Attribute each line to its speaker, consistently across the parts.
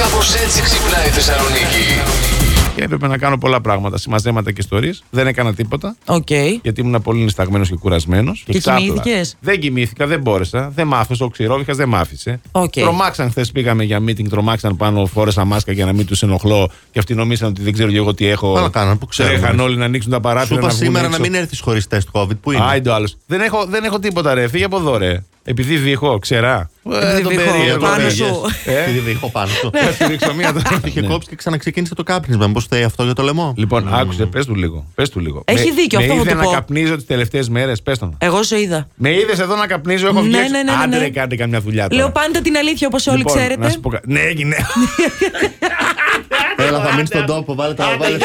Speaker 1: Κάπως έτσι ξυπνάει η Θεσσαλονίκη.
Speaker 2: Και έπρεπε να κάνω πολλά πράγματα, συμμαζέματα και ιστορίες. Δεν έκανα τίποτα.
Speaker 3: Οκ.
Speaker 2: Γιατί ήμουν πολύ νησταγμένο και κουρασμένος. Και,
Speaker 3: Και
Speaker 2: ξάπλα.
Speaker 3: κοιμήθηκες?
Speaker 2: Δεν κοιμήθηκα, δεν μπόρεσα. Δεν μ' άφησε. Ο ξηρόβιχα δεν μ' άφησε.
Speaker 3: Οκ.
Speaker 2: Τρομάξαν χθες πήγαμε για meeting, τρομάξαν πάνω, φόρεσα μάσκα για να μην τους ενοχλώ. Και αυτοί νομίζαν ότι δεν ξέρω και εγώ τι έχω.
Speaker 4: Καλά κάναν, που ξέρουν.
Speaker 2: Τρέχαν όλοι να ανοίξουν τα
Speaker 4: Σου
Speaker 2: παράθυρα.
Speaker 4: είπα
Speaker 2: βγουν
Speaker 4: σήμερα
Speaker 2: έξω.
Speaker 4: να μην έρθεις χωρίς τεστ COVID. Πού είναι.
Speaker 2: Άιντο άλλος. Δεν έχω, δεν έχω τίποτα ρε. Φύγε από εδώ ρε. Επειδή δίχω, ξερά. Ε,
Speaker 3: Επειδή
Speaker 2: τον
Speaker 3: δίχω,
Speaker 2: περίεργο,
Speaker 3: πάνω
Speaker 2: ρε.
Speaker 3: σου.
Speaker 2: Ε.
Speaker 4: Επειδή δείχω πάνω σου.
Speaker 2: Θα σου ρίξω μία τώρα.
Speaker 4: Είχε
Speaker 2: Ναι.
Speaker 4: κόψει και ξαναξεκίνησε το κάπνισμα. Μήπως θέλει αυτό για το λαιμό.
Speaker 2: Λοιπόν, άκουσε, πες του λίγο. Πες του λίγο.
Speaker 3: Έχει
Speaker 2: Με-
Speaker 3: δίκιο, αυτό
Speaker 2: Με
Speaker 3: θα
Speaker 2: είδε
Speaker 3: του
Speaker 2: να
Speaker 3: πω.
Speaker 2: καπνίζω τις τελευταίες μέρες, πες τον.
Speaker 3: Εγώ σε είδα.
Speaker 2: Με είδες εδώ να καπνίζω, έχω
Speaker 3: Ναι,
Speaker 2: βγει.
Speaker 3: ναι, ναι, ναι,
Speaker 2: Άντε,
Speaker 3: ναι.
Speaker 2: ρε, κάντε καμιά δουλειά τώρα.
Speaker 3: Λέω
Speaker 4: Ναι.
Speaker 3: πάντα την αλήθεια όπως όλοι
Speaker 2: Λοιπόν, να
Speaker 3: ξέρετε.
Speaker 2: σου πω κα- Ναι, έγινε.
Speaker 4: Έλα, θα μείνεις στον τόπο. Βάλε τα. Βάλε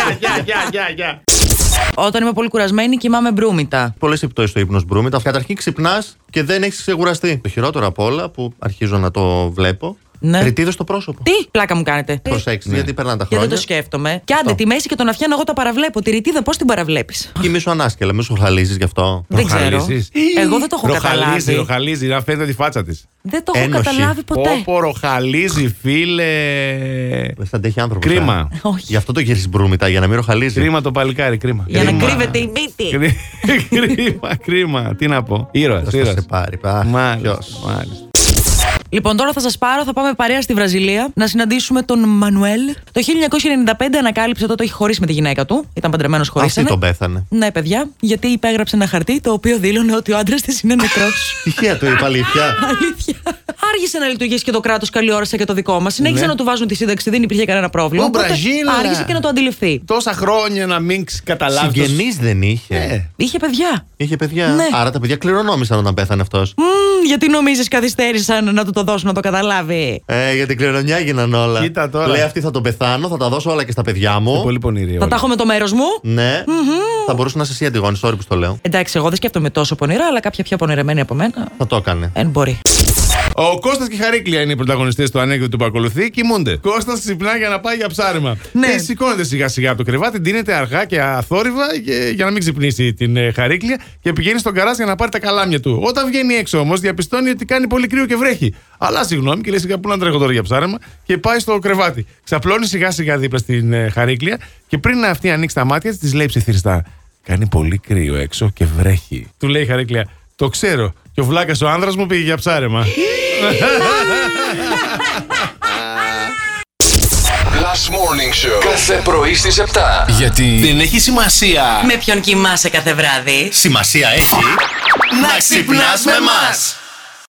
Speaker 3: Όταν είμαι πολύ κουρασμένη, κοιμάμαι μπρούμητα.
Speaker 4: Πολλές επιπτώσεις το ύπνος μπρούμητα. Καταρχήν ξυπνάς και δεν έχεις ξεκουραστεί. Το χειρότερο απ' όλα που αρχίζω να το βλέπω.
Speaker 3: Ναι.
Speaker 4: Ρητίδε στο πρόσωπο.
Speaker 3: Τι πλάκα μου κάνετε.
Speaker 2: Ναι.
Speaker 4: Προσέξτε, γιατί περνάνε τα
Speaker 3: Και
Speaker 4: χρόνια.
Speaker 3: δεν το σκέφτομαι. Και άντε,
Speaker 4: Αυτό.
Speaker 3: τη μέση και τον αφιάνω εγώ τα παραβλέπω. Τη ρητίδα πώς την παραβλέπεις.
Speaker 4: Κοιμήσου ανάσκελα, μη σου χαλίζει γι' αυτό.
Speaker 3: Δεν ξέρω.
Speaker 2: Ροχαλίζεις.
Speaker 3: Εγώ δεν το έχω
Speaker 2: Ροχαλίζεις,
Speaker 3: καταλάβει.
Speaker 2: ροχαλίζεις, να φαίνεται τη φάτσα της.
Speaker 3: Δεν το έχω
Speaker 4: Ένοχη.
Speaker 3: καταλάβει ποτέ.
Speaker 2: Πόπο, ροχαλίζει, φίλε.
Speaker 4: Δεν Ε, θα αντέχει άνθρωπος.
Speaker 2: Κρίμα.
Speaker 3: Όχι.
Speaker 4: Γι' αυτό το γυρίζει μπρούμητα, για να μην ροχαλίζεις.
Speaker 2: Κρίμα το παλικάρι, κρίμα.
Speaker 3: Για να
Speaker 2: Κρίμα.
Speaker 3: κρύβεται η μύτη.
Speaker 2: Κρί- Κρίμα, κρίμα. Τι να πω. Ήρωα,
Speaker 4: Θα
Speaker 2: ήρωας.
Speaker 4: σε πάρει. πα.
Speaker 2: Μάλιστα.
Speaker 4: Ποιος.
Speaker 2: μάλιστα.
Speaker 3: Λοιπόν, τώρα θα σας πάρω, θα πάμε παρέα στη Βραζιλία να συναντήσουμε τον Μανουέλ. Το 1995 ανακάλυψε τότε ότι έχει χωρίσει με τη γυναίκα του. Ήταν παντρεμένος χωρίς.
Speaker 4: Αυτή τον πέθανε.
Speaker 3: Ναι, παιδιά, γιατί υπέγραψε ένα χαρτί το οποίο δήλωνε ότι ο άντρας της είναι νεκρός.
Speaker 4: Τυχαία του είπα αλήθεια.
Speaker 3: Αλήθεια. Άργησε να λειτουργήσει και το κράτος καλή ώρα σαν και το δικό μας. Συνέχισε
Speaker 2: Ναι.
Speaker 3: να του βάζουν τη σύνταξη, δεν υπήρχε κανένα πρόβλημα.
Speaker 2: Ο
Speaker 3: Οπότε
Speaker 2: Μπραζίλα.
Speaker 3: Άργησε και να το αντιληφθεί.
Speaker 2: Τόσα χρόνια να μην ξ- καταλάβεις το
Speaker 4: Συγγενείς δεν
Speaker 2: Ναι.
Speaker 4: είχε.
Speaker 3: Είχε παιδιά.
Speaker 4: Είχε παιδιά.
Speaker 3: Ναι.
Speaker 4: Άρα τα παιδιά κληρονόμησαν όταν πέθανε αυτός.
Speaker 3: Μμμ, γιατί νομίζεις καθυστέρησαν να του το δώσουν να το καταλάβει.
Speaker 4: Ε, για την κληρονομιά γίναν όλα.
Speaker 2: Κοίτα τώρα. Ε,
Speaker 4: Λέει αυτή θα τον πεθάνω, θα τα δώσω όλα και στα παιδιά μου.
Speaker 2: Πολύ πονηρή.
Speaker 3: Θα τα
Speaker 2: όλη.
Speaker 3: έχω με το μέρος μου.
Speaker 4: Ναι. Θα μπορούσε να είσαι εσύ αντιγόνης, sorry που στο λέω.
Speaker 3: Εντάξει, εγώ δεν σκέφτομαι τόσο πονηρά, αλλά κάποια πιο πονηρεμένη από μένα.
Speaker 4: Θα το έκανε.
Speaker 3: Δεν μπορεί.
Speaker 2: Ο Κώστας και η Χαρίκλια είναι οι πρωταγωνιστές του ανέκδοτου που ακολουθεί. Κοιμούνται. Κώστας ξυπνά για να πάει για ψάρεμα.
Speaker 3: Ναι.
Speaker 2: Ε, σηκώνεται σιγά σιγά από το κρεβάτι, ντύνεται αργά και αθόρυβα και- για να μην ξυπνήσει την ε, Χαρίκλια και πηγαίνει στον καράζ για να πάρει τα καλάμια του. Όταν βγαίνει έξω όμως, διαπιστώνει ότι κάνει πολύ κρύο και βρέχει. Αλλά συγγνώμη και λέει σιγά που να τρέχω τώρα για ψάρεμα και πάει στο κρεβάτι. Ξαπλώνει σιγά σιγά δίπλα στην ε, Χαρίκλια και πριν αυτή ανοίξει τα μάτια της, λέει ψιθυριστά. Κάνει πολύ κρύο έξω και βρέχει. Του λέει η Χαρίκλια, Το ξέρω. Και ο βλάκας ο άνδρας μου πήγε για ψάρεμα.
Speaker 1: Last Morning Show. Κάθε πρωί στις 7.
Speaker 5: Γιατί δεν έχει σημασία.
Speaker 3: Με ποιον κοιμάσαι κάθε βράδυ.
Speaker 4: Σημασία έχει
Speaker 5: Να ξυπνάς με μας.